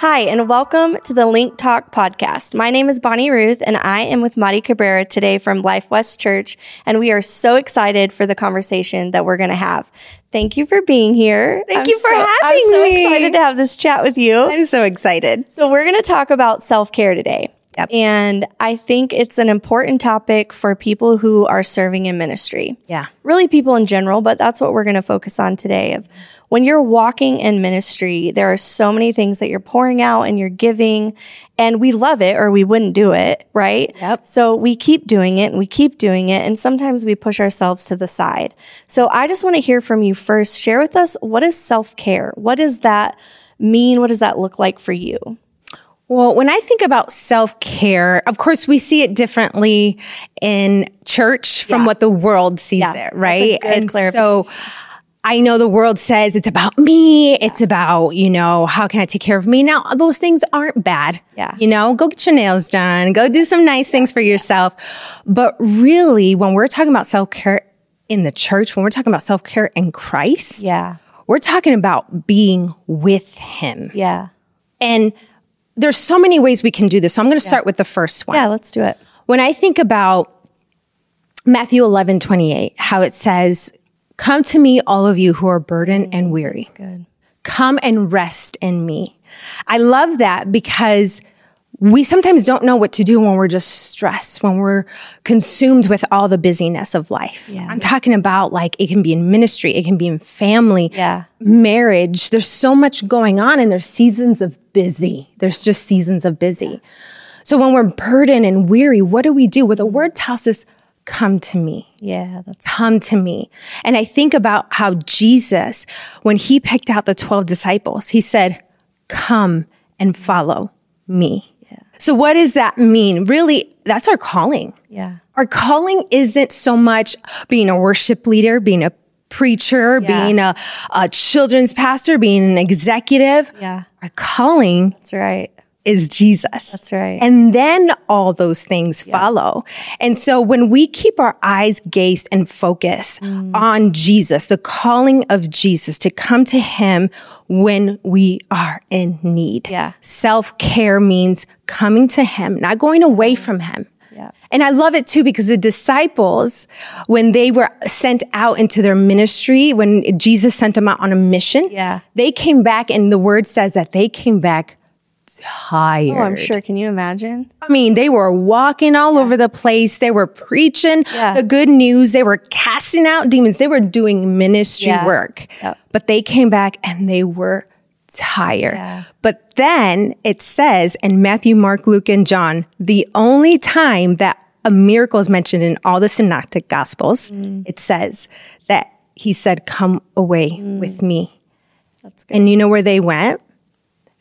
Hi, and welcome to the Link Talk podcast. My name is Bonnie Ruth, and I am with Madi Cabrera today from Life West Church, and we are so excited for the conversation that we're going to have. Thank you for being here. Thank you for so- having I'm so me. excited to have this chat with you. I'm so excited. So we're going to talk about self-care today. Yep. And I think it's an important topic for people who are serving in ministry. Yeah. Really people in general, but that's what we're going to focus on today of when you're walking in ministry, there are so many things that you're pouring out and you're giving and we love it or we wouldn't do it, right? Yep. So we keep doing it and we keep doing it and sometimes we push ourselves to the side. So I just want to hear from you first. Share with us what is self-care? What does that mean? What does that look like for you? Well, when I think about self care, of course, we see it differently in church from what the world sees Yeah. That's it, a right? good and so I know the world says it's about me. It's about, you know, how can I take care of me? Now, those things aren't bad. Yeah. You know, go get your nails done, go do some nice things for yourself. But really, when we're talking about self care in the church, when we're talking about self care in Christ, Yeah. we're talking about being with Him. Yeah. And there's so many ways we can do this. So I'm going to start with the first one. Yeah, let's do it. When I think about Matthew 11, 28, how it says, Come to me, all of you who are burdened and weary. Mm, Good. Come and rest in me. I love that because we sometimes don't know what to do when we're just stressed, when we're consumed with all the busyness of life. Yeah. I'm talking about like it can be in ministry, it can be in family, Yeah. marriage. There's so much going on, and there's seasons of busy. There's just seasons of busy. So when we're burdened and weary, what do we do? Well, the word tells us, come to me Yeah, that's come to me. And I think about how Jesus, when he picked out the 12 disciples, he said, come and follow me. So what does that mean? Really, that's our calling. yeah. Our calling isn't so much being a worship leader, being a preacher, Yeah. being a, a children's pastor, being an executive. Yeah. Our calling That's right. is Jesus. That's right. And then all those things follow. And so when we keep our eyes gazed and focused Mm. on Jesus, the calling of Jesus to come to him when we are in need. Yeah. Self care means coming to him, not going away from him. Yeah. And I love it too because the disciples, when they were sent out into their ministry, when Jesus sent them out on a mission, Yeah. they came back, and the word says that they came back tired. Oh, I'm sure. Can you imagine? I mean, they were walking all over the place. They were preaching Yeah. the good news. They were casting out demons. They were doing ministry Yeah. work. Yep. But they came back and they were tired. Yeah. But then it says in Matthew, Mark, Luke, and John, the only time that a miracle is mentioned in all the synoptic gospels, Mm. it says that he said, Come away Mm. with me. That's good. And you know where they went?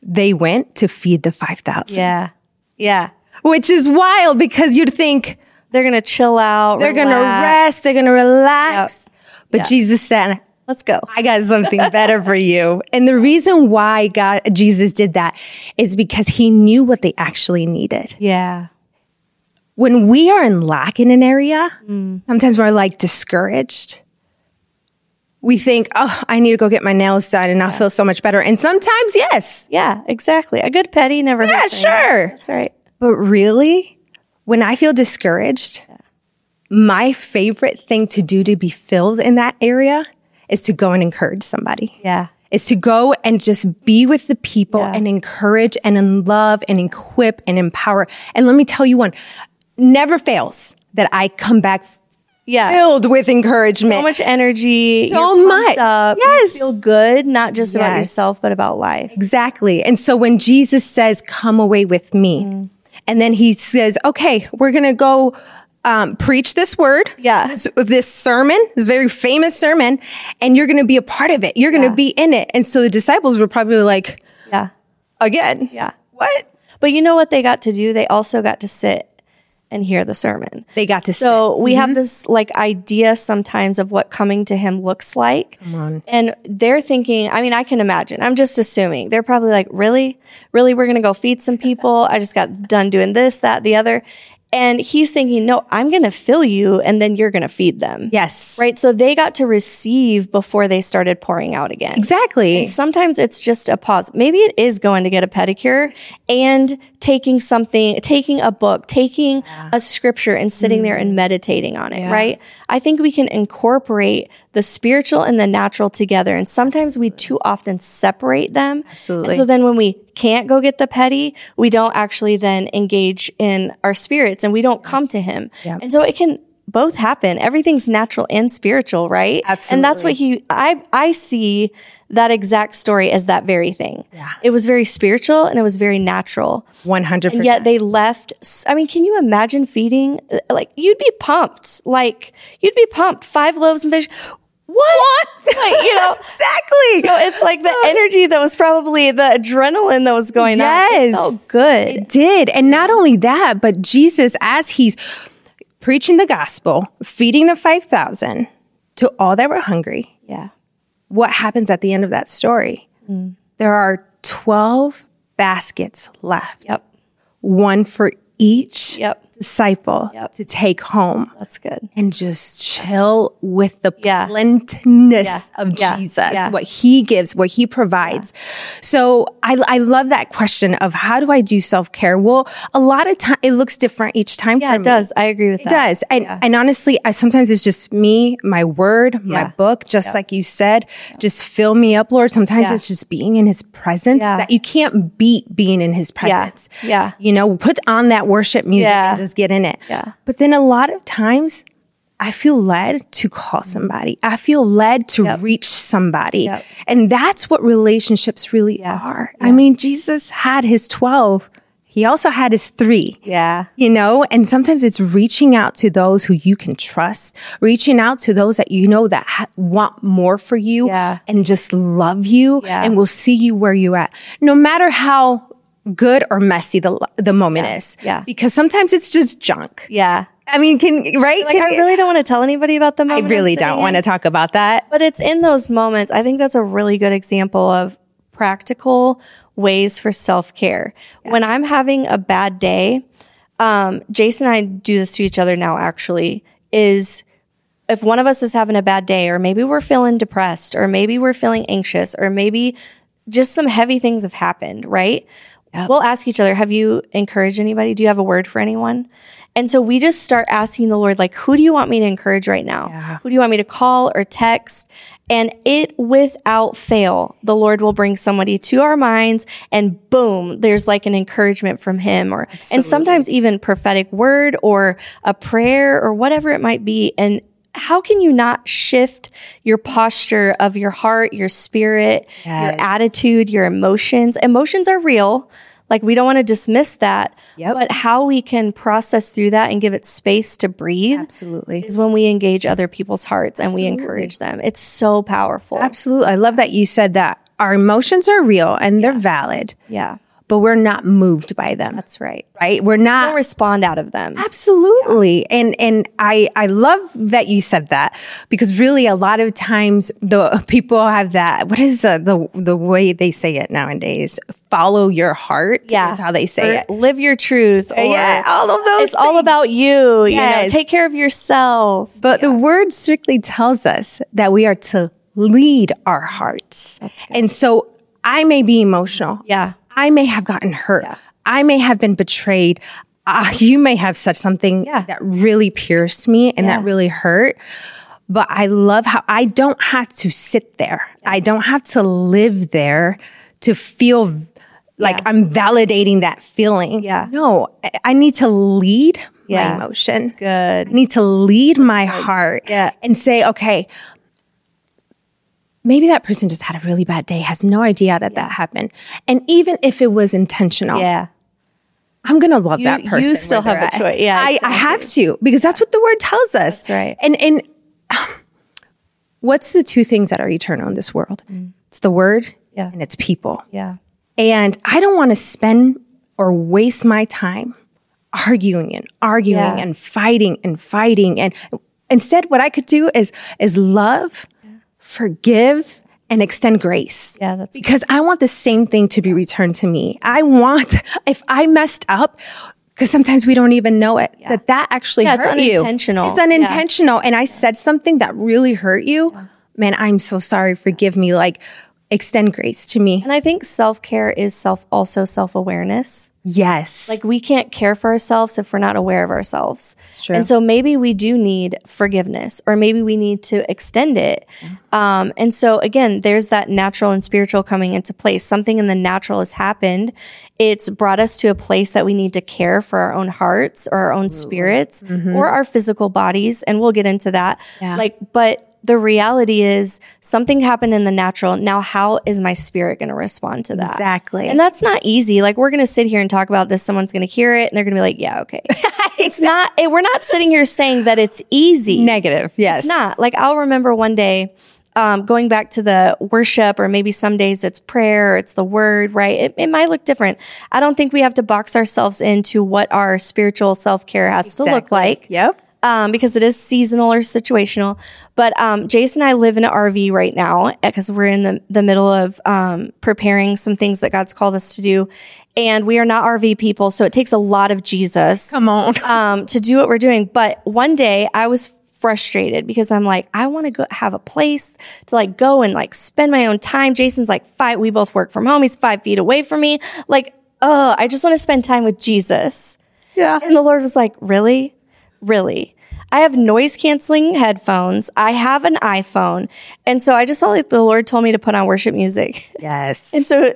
They went to feed the 5,000 Yeah. Yeah. which is wild because you'd think They're going to chill out. they're going to relax. rest, they're going to relax. But Jesus said, Let's go. I got something better for you. And the reason why God Jesus did that is because he knew what they actually needed. Yeah. When we are in lack in an area, sometimes we're like discouraged. We think, "Oh, I need to go get my nails done and I'll feel so much better." And sometimes, yes. Yeah, exactly. A good petty never Yeah, hurts. anyone. sure. That's right. But really, when I feel discouraged, my favorite thing to do to be filled in that area is to go and encourage somebody. Yeah. Is to go and just be with the people Yeah. and encourage and in love and equip and empower. And let me tell you one, never fails that I come back Yeah. filled with encouragement. So much energy. So You're much. pumped Up. You Yes. feel good, not just about Yes. yourself, but about life. Exactly. And so when Jesus says, Come away with me, Mm. and then he says, Okay, we're going to go um, preach this word, Yeah. this, this sermon, this very famous sermon, and you're going to be a part of it. You're going to be in it. And so the disciples were probably like, Yeah. Again, Yeah. what? But you know what they got to do? They also got to sit and hear the sermon. They got to say, So we have this like idea sometimes of what coming to him looks like. And they're thinking, I mean, I can imagine. I'm just assuming. They're probably like, really? Really? We're going to go feed some people. I just got done doing this, that, the other. And he's thinking, no, I'm going to fill you and then you're going to feed them. Yes. Right. So they got to receive before they started pouring out again. Exactly. Sometimes it's just a pause. Maybe it is going to get a pedicure and taking something, taking a book, taking a scripture and sitting there and meditating on it, right? I think we can incorporate the spiritual and the natural together. And sometimes we too often separate them. Absolutely. And so then when we can't go get the petty, we don't actually then engage in our spirits and we don't come to him. And so it can both happen. Everything's natural and spiritual, right? And that's what he I I see that exact story as that very thing. Yeah. It was very spiritual and it was very natural. 100%. And yet they left. s- I mean, can you imagine feeding? uh, Like you'd be pumped. Like you'd be pumped. Five loaves and fish. What? Like, you know. exactly. So it's like the energy that was probably the adrenaline that was going on. It Yes. felt good. It did. And not only that, but Jesus, as he's preaching the gospel, feeding the 5,000 to all that were hungry, Yeah. what happens at the end of that story? Mm. There are 12 baskets left, Yep. one for each Yep. disciple Yep. to take home. That's good. And just chill with the Yeah. plentiness Yeah. of Yeah. Jesus, Yeah. what he gives, what he provides. So I, I love that question of how do I do self care? Well, a lot of time it looks different each time Yeah, for it me. does. I agree with It that. does. And, and honestly, I, sometimes it's just me, my word, my book, just like you said, just fill me up, Lord. Sometimes Yeah. it's just being in his presence Yeah. that you can't beat being in his presence. Yeah. You know, put on that worship music Yeah. and just get in it. Yeah. But then a lot of times I feel led to call somebody. I feel led to reach somebody. Mm-hmm. Yep. And that's what relationships really are. I mean, Jesus had his 12. He also had his three. Yeah. You know, and sometimes it's reaching out to those who you can trust, reaching out to those that you know that ha- want more for you Yeah. and just love you Yeah. and will see you where you're at, no matter how good or messy the lo- the moment is. Yeah. because sometimes it's just junk. Yeah. I mean, can right? Like I really don't want to tell anybody about the I moment. I'm really sitting don't in. want to talk about that. But it's in those moments. I think that's a really good example of practical ways for self care. When I'm having a bad day, um, Jason and I do this to each other now, actually, is if one of us is having a bad day, or maybe we're feeling depressed, or maybe we're feeling anxious, or maybe just some heavy things have happened, right? We'll ask each other, have you encouraged anybody? Do you have a word for anyone? And so we just start asking the Lord, like, who do you want me to encourage right now? Who do you want me to call or text? And it without fail, the Lord will bring somebody to our minds and boom, there's like an encouragement from him or, and sometimes even prophetic word or a prayer or whatever it might be. And how can you not shift your posture of your heart, your spirit, your attitude, your emotions? Emotions are real. Like we don't want to dismiss that. Yep. But how we can process through that and give it space to breathe Absolutely. is when we engage other people's hearts and we encourage them. It's so powerful. Absolutely. I love that you said that. Our emotions are real and they're valid, Yeah. but we're not moved by them, That's right. right? We're not Don't respond out of them. Absolutely. And and I I love that you said that because really a lot of times the people have that what is the the, the way they say it nowadays follow your heart Yeah. is how they Or say it. live your truth. Or Uh, Yeah, all of those It's all about you. You know, Yes. take care of yourself. But the word strictly tells us that we are to lead our hearts. And so I may be emotional. Yeah. I may have gotten hurt. I may have been betrayed. Uh, you may have said something Yeah. that really pierced me and that really hurt. But I love how I don't have to sit there. I don't have to live there to feel v- like I'm validating that feeling. Yeah. No, I, I need to lead Yeah. my emotion. Good. I need to lead my heart Yeah. and say, okay, maybe that person just had a really bad day, has no idea that that happened. And even if it was intentional, Yeah. I'm going to love You- that you person. where still have they're a at. choice. Yeah, I, I have to because that's what the word tells us. That's right. And, and what's the two things that are eternal in this world? It's the word Mm. Yeah. and it's people. Yeah. And I don't want to spend or waste my time arguing and arguing Yeah. and fighting and fighting. And instead, what I could do is is love, forgive, and extend grace. Yeah, that's- because I want the same thing to be returned to me. I want if I messed up. Because sometimes we don't even know it that that actually Yeah, it's hurt you. unintentional. It's unintentional. And I said something that really hurt you. Man, I'm so sorry. Forgive me. Like, extend grace to me. And I think self care is self also self awareness. Yes. Like we can't care for ourselves if we're not aware of ourselves. true. And so maybe we do need forgiveness or maybe we need to extend it. Um, and so again, there's that natural and spiritual coming into place. Something in the natural has happened. It's brought us to a place that we need to care for our own hearts or our own spirits or our physical bodies. And we'll get into that. Mm-hmm. Yeah. Like, but the reality is something happened in the natural. Now, how is my spirit going to respond to that? Exactly. And that's not easy. Like we're going to sit here and talk about this. Someone's going to hear it and they're going to be like, yeah, okay. it's not, it, we're not sitting here saying that it's easy. negative. Yes. It's not. Like I'll remember one day, um, going back to the worship or maybe some days it's prayer or it's the word, right? It, it might look different. I don't think we have to box ourselves into what our spiritual self care has to look Exactly. like Yep. um, because it is seasonal or situational. But um, Jason and I live in an RV right now because we're in the, the middle of um, preparing some things that God's called us to do. And we are not RV people, so it takes a lot of Jesus Come on. um, to do what we're doing. But one day I was frustrated because I'm like, I want to go have a place to like go and like spend my own time. Jason's like five, we both work from home. He's five feet away from me. Like, oh, I just want to spend time with Jesus. Yeah. And the Lord was like, Really? Really? I have noise canceling headphones. I have an iPhone. And so I just felt like the Lord told me to put on worship music. Yes. And so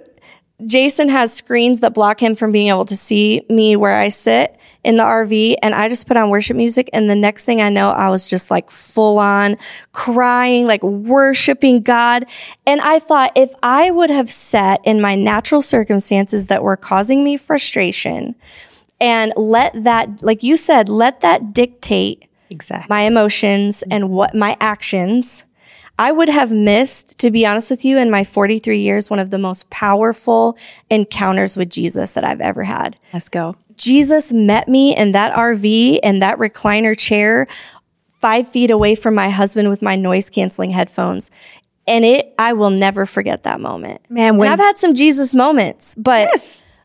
Jason has screens that block him from being able to see me where I sit in the RV. And I just put on worship music. And the next thing I know, I was just like full on crying, like worshiping God. And I thought if I would have sat in my natural circumstances that were causing me frustration and let that, like you said, let that dictate Exactly. my emotions Mm-hmm. and what my actions, I would have missed, to be honest with you, in my 43 years, one of the most powerful encounters with Jesus that I've ever had. Let's go. Jesus met me in that RV and that recliner chair, five feet away from my husband with my noise canceling headphones. And it, I will never forget that moment. Man, And when- I've had some Jesus moments, but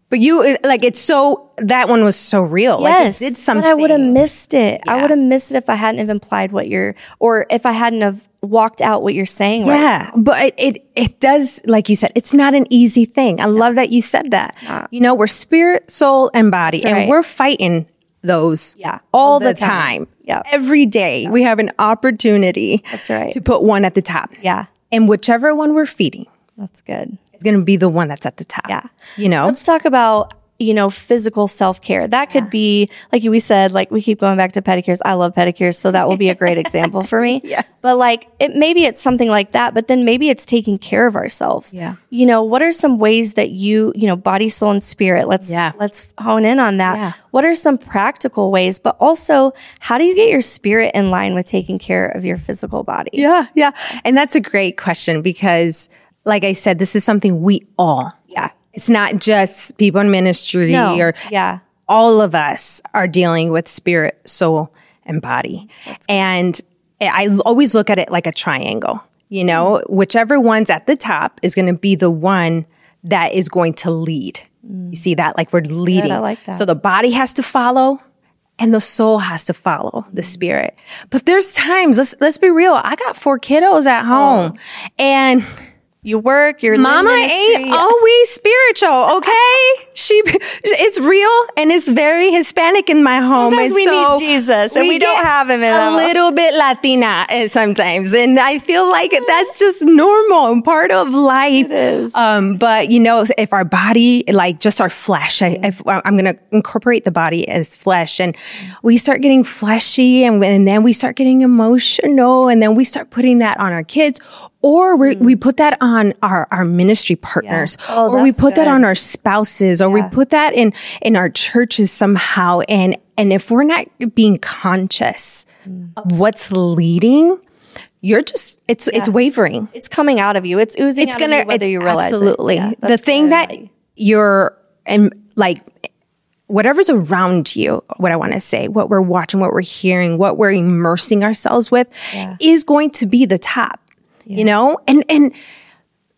But you it- like it's so that one was so real. Yes, Like it did something. But I would have missed it. I Yeah. would have missed it if I hadn't have implied what you're, or if I hadn't have walked out what you're saying. right? Yeah, but it, it it does like you said, it's not an easy thing. I love that you said that. You know, we're spirit, soul, and body, right. and we're fighting those Yeah, all, all the, the time. time. Yeah. every day we have an opportunity. That's right. to put one at the top. Yeah. and whichever one we're feeding that's good. is going to be the one that's at the top. Yeah. you know, Let's talk about you know physical self care. That could be like we said. Like we keep going back to pedicures. I love pedicures, so that will be a great example for me. Yeah. But like it, maybe it's something like that. But then maybe it's taking care of ourselves. Yeah. You know, what are some ways that you you know body, soul, and spirit? Let's Yeah. let's hone in on that. Yeah. What are some practical ways? But also, how do you get your spirit in line with taking care of your physical body? yeah, yeah, and that's a great question because, like I said, this is something we all. Yeah. It's not just people in ministry No. or yeah. all of us are dealing with spirit, soul, and body. And I l- always look at it like a triangle. You know, whichever one's at the top is going to be the one that is going to lead. You see that? Like we're leading. Mm. like that. So the body has to follow and the soul has to follow the Mm. spirit. But there's times, let's let's be real. I got four kiddos Oh. at home and You work. Your Mama ain't always spiritual, okay? She it's real and it's very Hispanic in my home. Sometimes and we so need Jesus, and we don't get have him in a our- little bit Latina eh, sometimes, and I feel like that's just normal and part of life. Um, but you know, if our body, like just our flesh, I, if, I'm going to incorporate the body as flesh, and we start getting fleshy, and, and then we start getting emotional, and then we start putting that on our kids, or we we put that on our our ministry partners, Mm. Oh, or we that's put that good. on our spouses, or we put that in in our churches somehow, and and if we're not being conscious Mm. of what's leading. You're just it's it's wavering it's coming out of you. It's oozing. it's out of gonna you whether it's you realize absolutely it. Yeah, the that's thing good. that you're and like whatever's around you what i want to say what we're watching what we're hearing what we're immersing ourselves with is going to be the top you know and and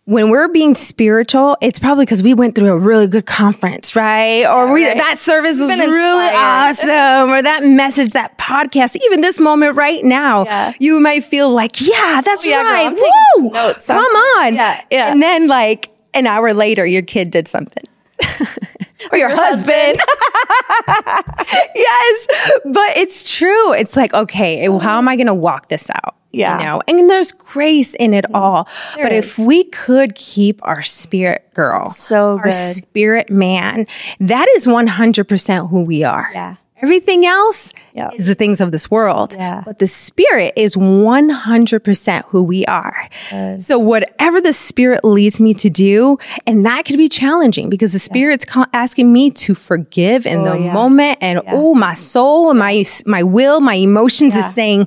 when we're being spiritual, it's probably because we went through a really good conference, right? Or we, right. that service was been really inspired. awesome, or that message, that podcast, even this moment right now, Yeah. you might feel like, yeah, that's yeah, girl, right. I'm taking some Woo! notes. Come on. Yeah, yeah. And then like an hour later, your kid did something. or your, husband. yes. But it's true. It's like, okay, how am I going to walk this out? Yeah. Mm-hmm. You know, and there's grace in it all. but if we could keep our spirit girl, So our good. spirit man, that is 100% who we are. Yeah. Everything else Yep. is the things of this world. Yeah. But the spirit is 100% who we are. So, whatever the spirit leads me to do, and that could be challenging because the spirit's co- asking me to forgive in the yeah. moment. And oh, my soul, my, my will, my emotions is saying,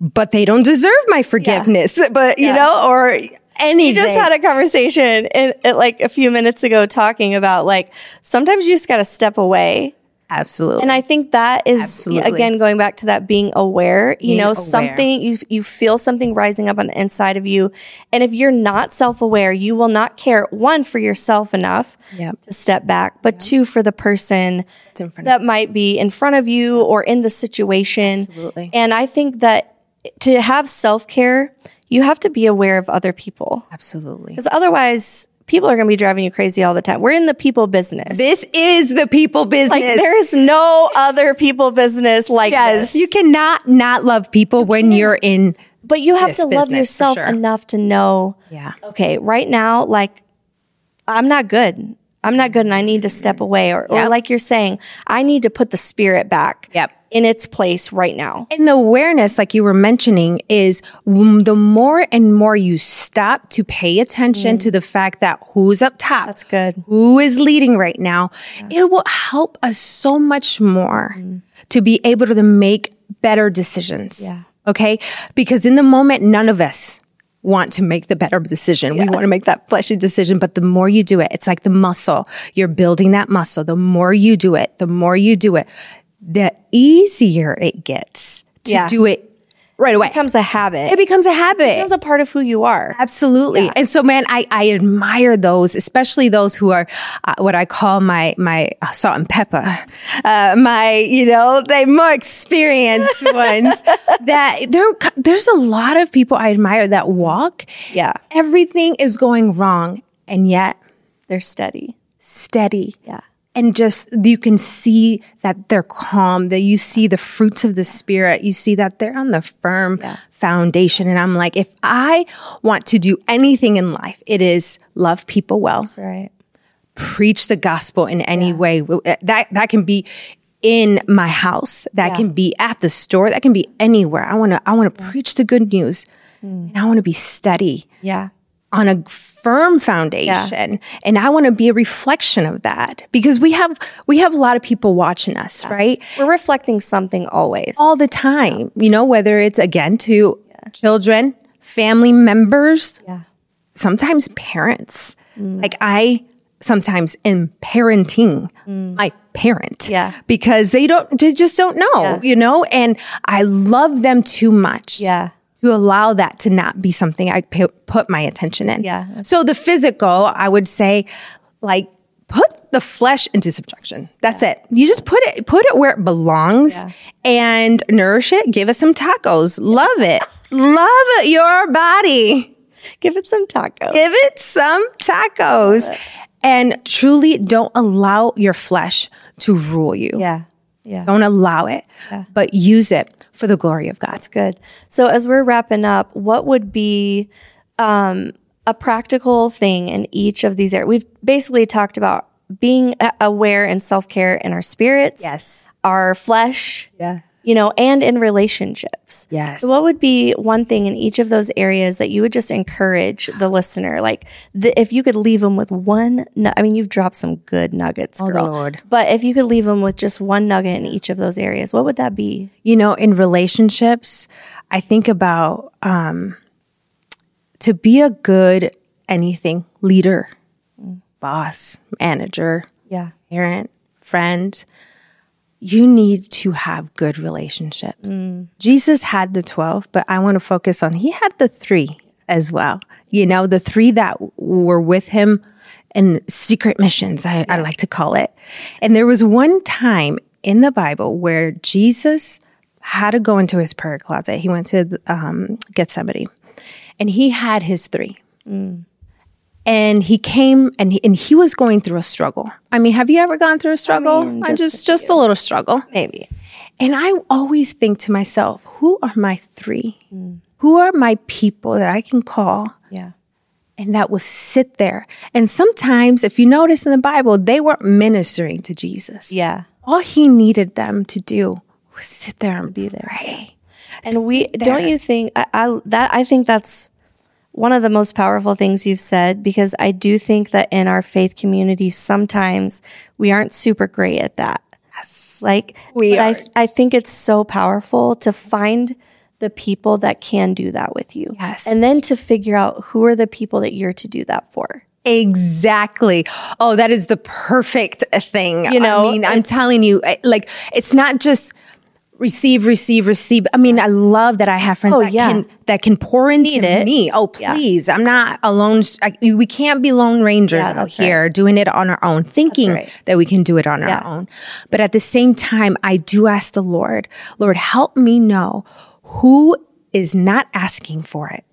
but they don't deserve my forgiveness. But, you Yeah. know, or anything. We just had a conversation in, in, like a few minutes ago talking about like sometimes you just got to step away. Absolutely. And I think that is Absolutely. again going back to that being aware. You Being know, aware. something you you feel something rising up on the inside of you, and if you're not self aware, you will not care one for yourself enough Yep. to step back, but two for the person It's in front of that might be in front of you or in the situation. Absolutely. And I think that to have self care, you have to be aware of other people. Absolutely. Because otherwise, people are going to be driving you crazy all the time. We're in the people business. This is the people business. like, there is no other people business like this. You cannot not love people when you're in. but you have this to love business, for yourself sure. enough to know, Yeah. okay, right now, like, I'm not good. I'm not good and I need to step away. Or, or Yep. like you're saying, I need to put the spirit back Yep. in its place right now. And the awareness, like you were mentioning, is mm, the more and more you stop to pay attention to the fact that who's up top, Mm. That's good. who is leading right now, it will help us so much more to be able to make better decisions. Mm. Yeah. Okay. Because in the moment, none of us want to make the better decision. We want to make that fleshy decision. But the more you do it, it's like the muscle. You're building that muscle. The more you do it, the more you do it, the easier it gets to Yeah. do it right away. It becomes a habit. It It becomes a habit. becomes a part of who you are. Absolutely. And so, man, I, I admire those, especially those who are uh, what I call my, my uh, salt and pepper, uh, my, you know, they more experienced ones that there, there's a lot of people I admire that walk. Yeah. Everything is going wrong and yet They're steady. steady. Yeah. And just you can see that they're calm, that you see the fruits of the spirit, you see that they're on the firm foundation. And I'm like, if I want to do anything in life, it is love people well, That's right. preach the gospel in any way. uh, That that can be in my house, that can be at the store, that can be anywhere. I wanna I wanna preach the good news. And I wanna be steady Yeah. on a firm foundation and i want to be a reflection of that because we have we have a lot of people watching us right We're reflecting something always. all the time you know whether it's again to children family members Yeah. sometimes parents Mm. like i sometimes am parenting my parent Mm. Yeah. because they don't they just don't know you know and i love them too much Yeah. to allow that to not be something I pu- put my attention in. Yeah. So the physical, I would say, like put the flesh into subjection. That's it. You just put it put it where it belongs and nourish it. Give us some tacos. Love it. Love it, your body. Give it some taco. Give it some tacos. And truly don't allow your flesh to rule you. Yeah. Yeah. Don't allow it, but use it for the glory of God. That's good. So as we're wrapping up, what would be um, a practical thing in each of these areas? We've basically talked about being a- aware and self care in our spirits, Yes. our flesh, Yeah. you know, and in relationships. Yes. So what would be one thing in each of those areas that you would just encourage the listener? Like, the, if you could leave them with one, nu- I mean, you've dropped some good nuggets, girl. Oh, Lord. But if you could leave them with just one nugget in each of those areas, what would that be? you know in relationships i think about um to be a good anything leader boss manager Yeah. parent friend you need to have good relationships jesus had the 12 but i want to focus on he had the 3 as well. You know, the three that w- were with him in secret missions, I, I like to call it. And there was one time in the Bible where Jesus had to go into his prayer closet. He went to um, Gethsemane and he had his three and he came and he, and he was going through a struggle. I mean, have you ever gone through a struggle? I just just a little struggle. Maybe. And I always think to myself, who are my 3? Who are my people that I can call Yeah. and that will sit there? And sometimes if you notice in the Bible, they weren't ministering to Jesus. Yeah. All he needed them to do was sit there and be there. Pray. And we don't you think I, I that I think that's one of the most powerful things you've said because I do think that in our faith community sometimes we aren't super great at that. Yes. Like We but aren't. I I think it's so powerful to find the people that can do that with you. Yes. And then to figure out who are the people that you're to do that for. Exactly. Oh, that is the perfect thing. You know, I mean, I'm it's- telling you, I- like, it's not just receive, receive, receive. I mean, I love that I have friends Oh, that yeah. can that can pour into it. me. Oh, please, I'm not alone. I, we can't be lone rangers Yeah, out that's right. here doing it on our own, thinking right. that we can do it on Yeah. our own. But at the same time, I do ask the Lord, Lord, help me know who is not asking for it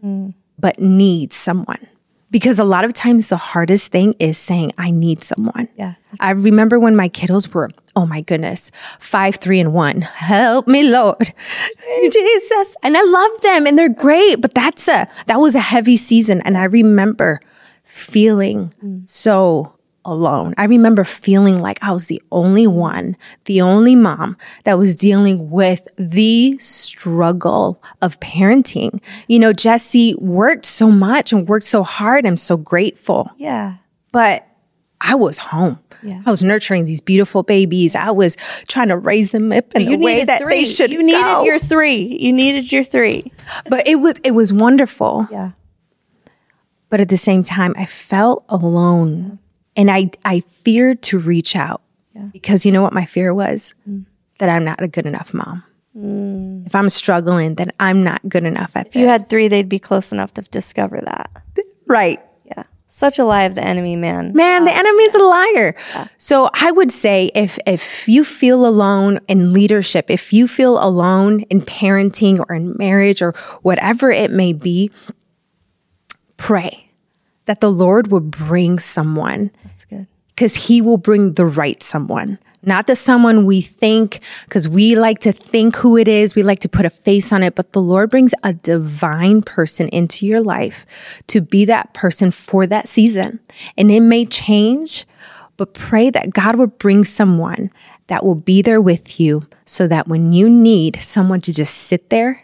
but need someone. Because a lot of times the hardest thing is saying, I need someone. Yeah. I remember when my kiddos were, oh my goodness, five, three, and one. Help me, Lord. Jesus. And I love them and they're great. But that's a that was a heavy season. And I remember feeling so alone. I remember feeling like I was the only one, the only mom that was dealing with the struggle of parenting. You know, Jesse worked so much and worked so hard. I'm so grateful. Yeah. But I was home. Yeah. I was nurturing these beautiful babies. I was trying to raise them up in the way needed that three. they should You needed go. your three. You needed your three. but it was it was wonderful. Yeah. But at the same time, I felt alone and I, I feared to reach out because you know what my fear was? Mm. That I'm not a good enough mom. If I'm struggling, then I'm not good enough at If this. you had three, they'd be close enough to discover that. right. Yeah. Such a lie of the enemy, man. Man, the enemy's a liar. So I would say if if you feel alone in leadership, if you feel alone in parenting or in marriage or whatever it may be, pray that the Lord would bring someone That's good. because he will bring the right someone not the someone we think because we like to think who it is we like to put a face on it but the lord brings a divine person into your life to be that person for that season and it may change but pray that god would bring someone that will be there with you so that when you need someone to just sit there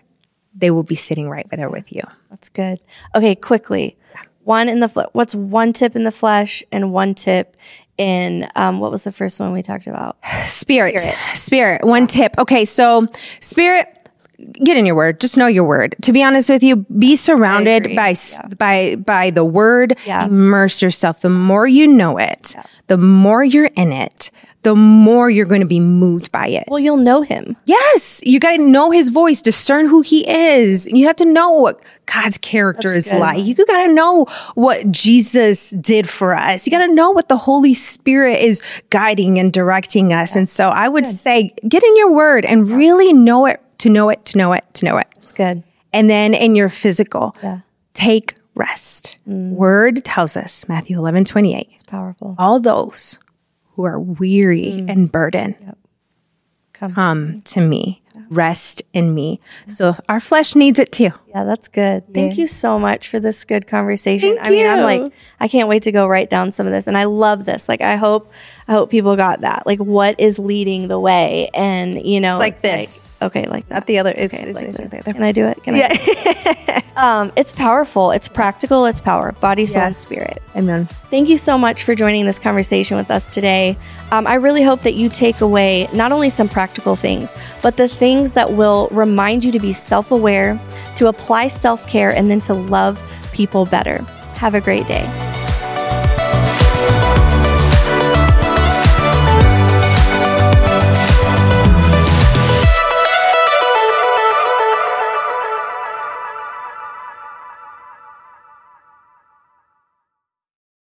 they will be sitting right there with you That's good. Okay, quickly. One in the flesh. What's one tip in the flesh and one tip in um, what was the first one we talked about? Spirit. Spirit. One tip. Okay, so spirit get in your word. Just know your word. To be honest with you, be surrounded by s- by by the word. Yeah. Immerse yourself. The more you know it, the more you're in it, the more you're going to be moved by it. Well, you'll know him. Yes, you got to know his voice, discern who he is. You have to know what God's character is like. You got to know what Jesus did for us. You got to know what the Holy Spirit is guiding and directing us. And so I would say get in your word and really know it, to know it, to know it, to know it. That's good. And then in your physical, Yeah. take rest. Word tells us, Matthew 11, 28 It's powerful. all those who are weary and burdened Come. Mm. come to me rest in me so our flesh needs it too Yeah, that's good. Thank you so much for this good conversation. Thank I mean, I'm you. like, I can't wait to go write down some of this. And I love this. Like, I hope, I hope people got that. Like, what is leading the way? And you know, like it's this. okay, like that. not the other it's, it's, Like it's- this. Can I do it? Can I? do it? um, it's powerful. It's practical. It's power, body, soul, and Yes. spirit. amen Thank you so much for joining this conversation with us today. Um, I really hope that you take away not only some practical things, but the things that will remind you to be self aware, to apply self care, and then to love people better. Have a great day.